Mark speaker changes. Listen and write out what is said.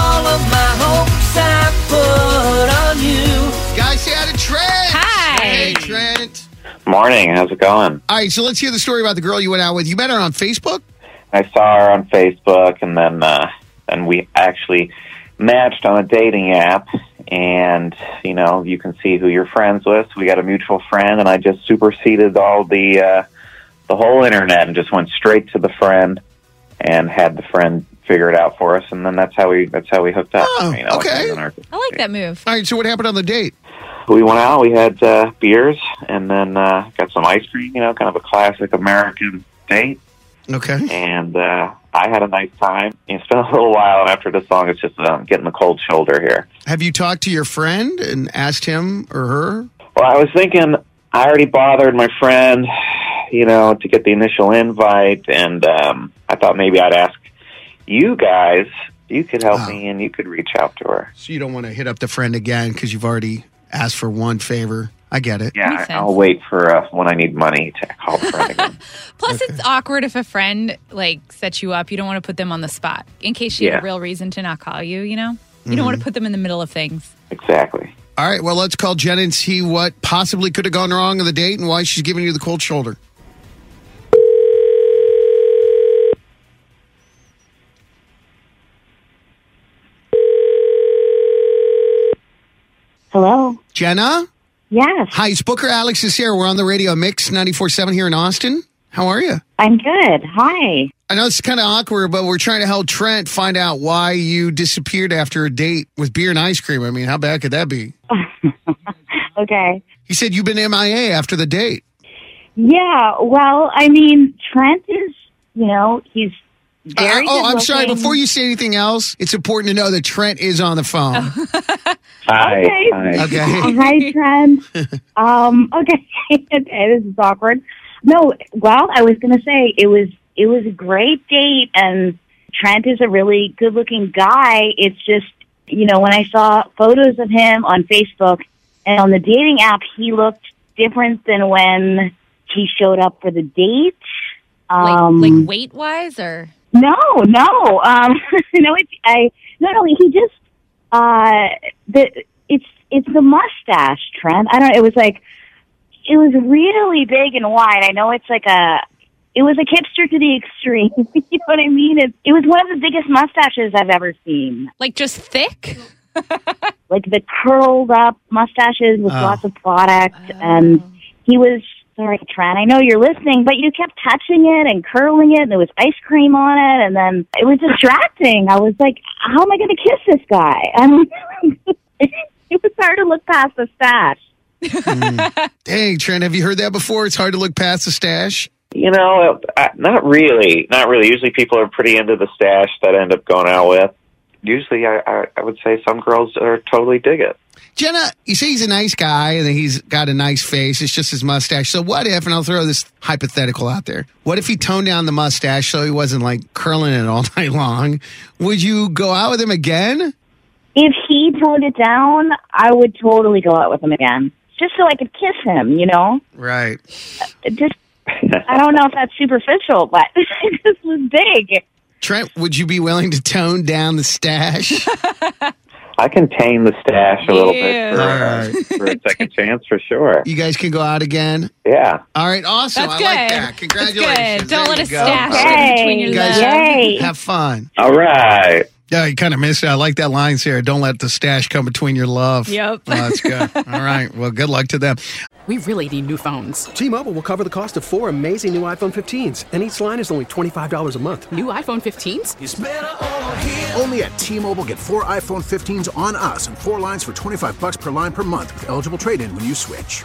Speaker 1: All of my hopes I put on you.
Speaker 2: Guy say hi to Trent.
Speaker 3: Hi.
Speaker 2: Hey, Trent.
Speaker 4: Morning. How's it going?
Speaker 2: All right, so let's hear the story about the girl you went out with. You met her on Facebook?
Speaker 4: I saw her on Facebook, and then uh, and we actually matched on a dating app. And you know, you can see who you're friends with. we got a mutual friend, and I just superseded all the uh, the whole internet and just went straight to the friend and had the friend figure it out for us. And then that's how we that's how we hooked up.
Speaker 2: Oh,
Speaker 4: you know,
Speaker 2: okay.
Speaker 4: and our-
Speaker 3: I like that move.
Speaker 2: All right, so what happened on the date?
Speaker 4: we went out. We had uh, beers, and then uh, got some ice cream. You know, kind of a classic American date.
Speaker 2: Okay.
Speaker 4: and uh, I had a nice time. It's been a little while, and after this song, it's just uh, getting the cold shoulder here.
Speaker 2: Have you talked to your friend and asked him or her?
Speaker 4: Well, I was thinking I already bothered my friend, you know, to get the initial invite, and um, I thought maybe I'd ask you guys. You could help
Speaker 2: Wow.
Speaker 4: me, and you could reach out to her.
Speaker 2: So you don't want to hit up the friend again because you've already asked for one favor. I get it.
Speaker 4: Yeah,
Speaker 3: Makes
Speaker 4: I-
Speaker 3: sense.
Speaker 4: I'll wait for uh, when I need money to call the friend again.
Speaker 3: Plus, it's awkward if a friend like sets you up. You don't want to put them on the spot in case she had
Speaker 4: Yeah.
Speaker 3: a real reason to not call you. You know, you don't want to put them in the middle of things.
Speaker 4: exactly.
Speaker 2: All right, well, let's call Jen and see what possibly could have gone wrong on the date and why she's giving you the cold shoulder.
Speaker 5: Hello.
Speaker 2: Jenna?
Speaker 5: Yes,
Speaker 2: Hi, it's Booker, Alex, is here. We're on the radio Mix 94.7 here in Austin. How are you?
Speaker 5: I'm good. Hi.
Speaker 2: I know it's kind of awkward, but we're trying to help Trent find out why you disappeared after a date with beer and ice cream. I mean, how bad could that be?
Speaker 5: Okay.
Speaker 2: He said you've been MIA after the date.
Speaker 5: Yeah. Well, I mean, Trent is, you know, he's very.
Speaker 2: oh, I'm sorry.
Speaker 5: good-looking.
Speaker 2: Before you say anything else, it's important to know that Trent is on the phone.
Speaker 4: Hi.
Speaker 5: Okay.
Speaker 4: Hi.
Speaker 2: Okay.
Speaker 5: Oh, hi, Trent. um. Okay. okay. This is awkward. No. Well, I was gonna say it was it was a great date, and Trent is a really good-looking guy. It's just you know when I saw photos of him on Facebook and on the dating app, he looked different than when he showed up for the date.
Speaker 3: Like,
Speaker 5: Um,
Speaker 3: like weight wise, or
Speaker 5: no, no, um, no. It's I. No, no. He just uh, the it's it's the mustache trend. I don't. It was like it was really big and wide. I know it's like a. It was like hipster to the extreme. you know what I mean? It, it was one of the biggest mustaches I've ever seen.
Speaker 3: like just thick.
Speaker 5: Like the curled up mustaches with
Speaker 2: Oh.
Speaker 5: lots of product, and he was sorry, Trent. I know you're listening, but you kept touching it and curling it, and there was ice cream on it, and then it was distracting. I was like, how am I going to kiss this guy? I mean, it was hard to look past the stash.
Speaker 2: Dang, Trent, have you heard that before? It's hard to look past the stash.
Speaker 4: You know, uh, not really, not really. Usually, people are pretty into the stash that I end up going out with. Usually, I, I, I would say some girls are totally dig it.
Speaker 2: Jenna, you say he's a nice guy and he's got a nice face. It's just his mustache. So what if, and I'll throw this hypothetical out there. What if he toned down the mustache so he wasn't like curling it all night long? Would you go out with him again?
Speaker 5: If he toned it down, I would totally go out with him again, just so I could kiss him. You know,
Speaker 2: Right.
Speaker 5: It just I don't know if that's superficial, but this was big.
Speaker 2: Trent, would you be willing to tone down the stash?
Speaker 4: I can tame the stash a little bit for, uh,
Speaker 2: Alright.
Speaker 4: for a second chance for sure.
Speaker 2: you guys can go out again.
Speaker 4: Yeah.
Speaker 2: All right, awesome.
Speaker 3: That's
Speaker 2: I
Speaker 3: good.
Speaker 2: like that.
Speaker 3: That's good.
Speaker 2: Congratulations.
Speaker 3: Don't
Speaker 2: There
Speaker 3: let
Speaker 2: you
Speaker 3: us
Speaker 2: go.
Speaker 3: stash
Speaker 2: All
Speaker 3: it
Speaker 2: right.
Speaker 3: between your
Speaker 2: You
Speaker 3: legs.
Speaker 2: guys
Speaker 5: Yay.
Speaker 2: have fun.
Speaker 4: All right.
Speaker 2: Yeah, you kind of missed it. I like that line, Sarah. Don't let the stash come between your love.
Speaker 3: Yep.
Speaker 2: Oh, that's good. All right. Well, good luck to them.
Speaker 6: We really need new phones.
Speaker 7: T-Mobile will cover the cost of four amazing new iPhone 15s, and each line is only $25 a month.
Speaker 6: New iPhone 15s?
Speaker 8: Only at T-Mobile get four iPhone 15s on us and four lines for 25 bucks per line per month with eligible trade-in when you switch.